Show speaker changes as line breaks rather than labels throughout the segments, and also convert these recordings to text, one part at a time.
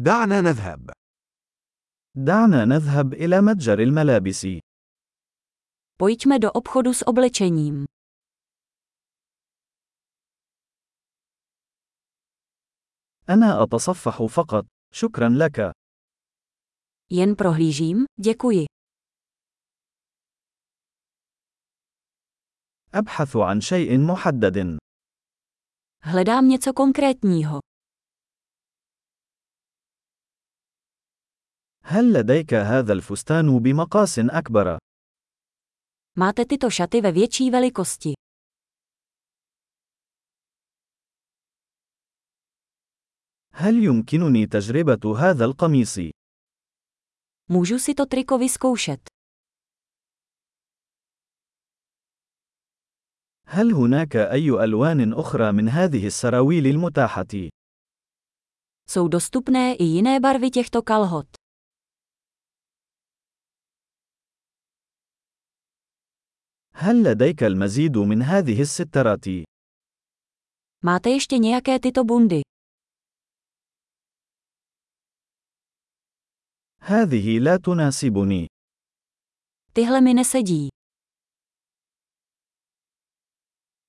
دعنا نذهب.
دعنا نذهب إلى متجر الملابس.
Pojďme do obchodu s oblečením.
أنا أتصفح فقط. شكرا لك.
Jen prohlížím, děkuji.
أبحث عن شيء محدد.
Hledám něco konkrétního.
هل لديك هذا الفستان بمقاس أكبر؟
Máte tyto šaty ve větší velikosti.
هل يمكنني تجربة هذا القميص؟
Můžu si to triko vyzkoušet.
هل هناك أي ألوان أخرى من هذه السراويل المتاحة؟
Jsou dostupné i jiné barvy těchto kalhot.
هل لديك المزيد من هذه السترات؟
Máte ještě nějaké tyto bundy?
هذه لا تناسبني.
Tyhle mi nesedí.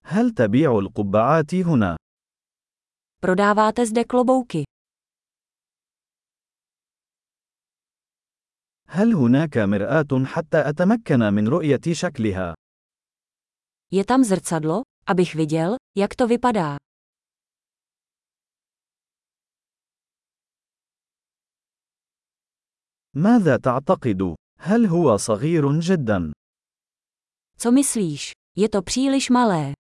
هل تبيع القبعات هنا؟
Prodáváte zde klobouky.
هل هناك مرآة حتى أتمكن من رؤية شكلها؟
Je tam zrcadlo, abych viděl, jak to vypadá.
ماذا تعتقد؟ هل هو صغير جدا؟
Co myslíš? Je to příliš malé.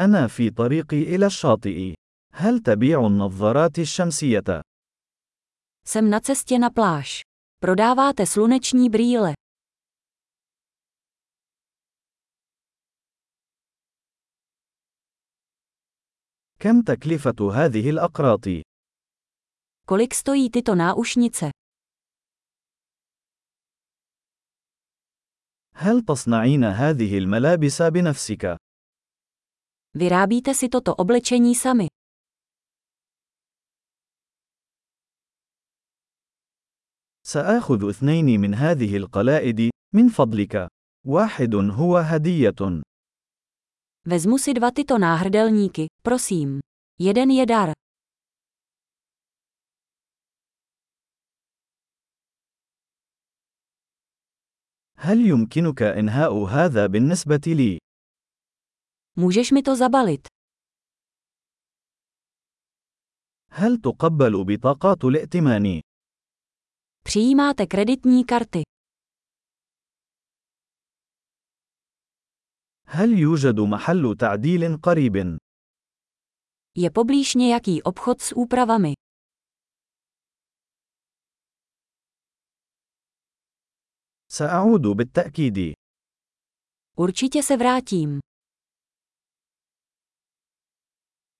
أنا في طريقي إلى الشاطئ. هل تبيع النظارات الشمسية؟
Jsem na cestě na pláž. Prodáváte sluneční brýle.
كم تكلفة هذه الأقراط؟
Kolik stojí tyto náušnice?
هل تصنعين هذه الملابس بنفسك؟
Vyrábíte si toto oblečení sami.
سآخذ اثنين من هذه القلائد من فضلك. واحد هو هدية.
Vezmu si dva tyto náhrdelníky, prosím. Jeden je dar.
هل يمكنك إنهاء هذا بالنسبة لي؟
Můžeš mi to zabalit.
هل تقبل بطاقات الائتمان؟
Přijímáte kreditní karty.
هل يوجد محل تعديل قريب؟
Je poblíž nějaký obchod s úpravami.
سأعود بالتأكيد.
Určitě se vrátím.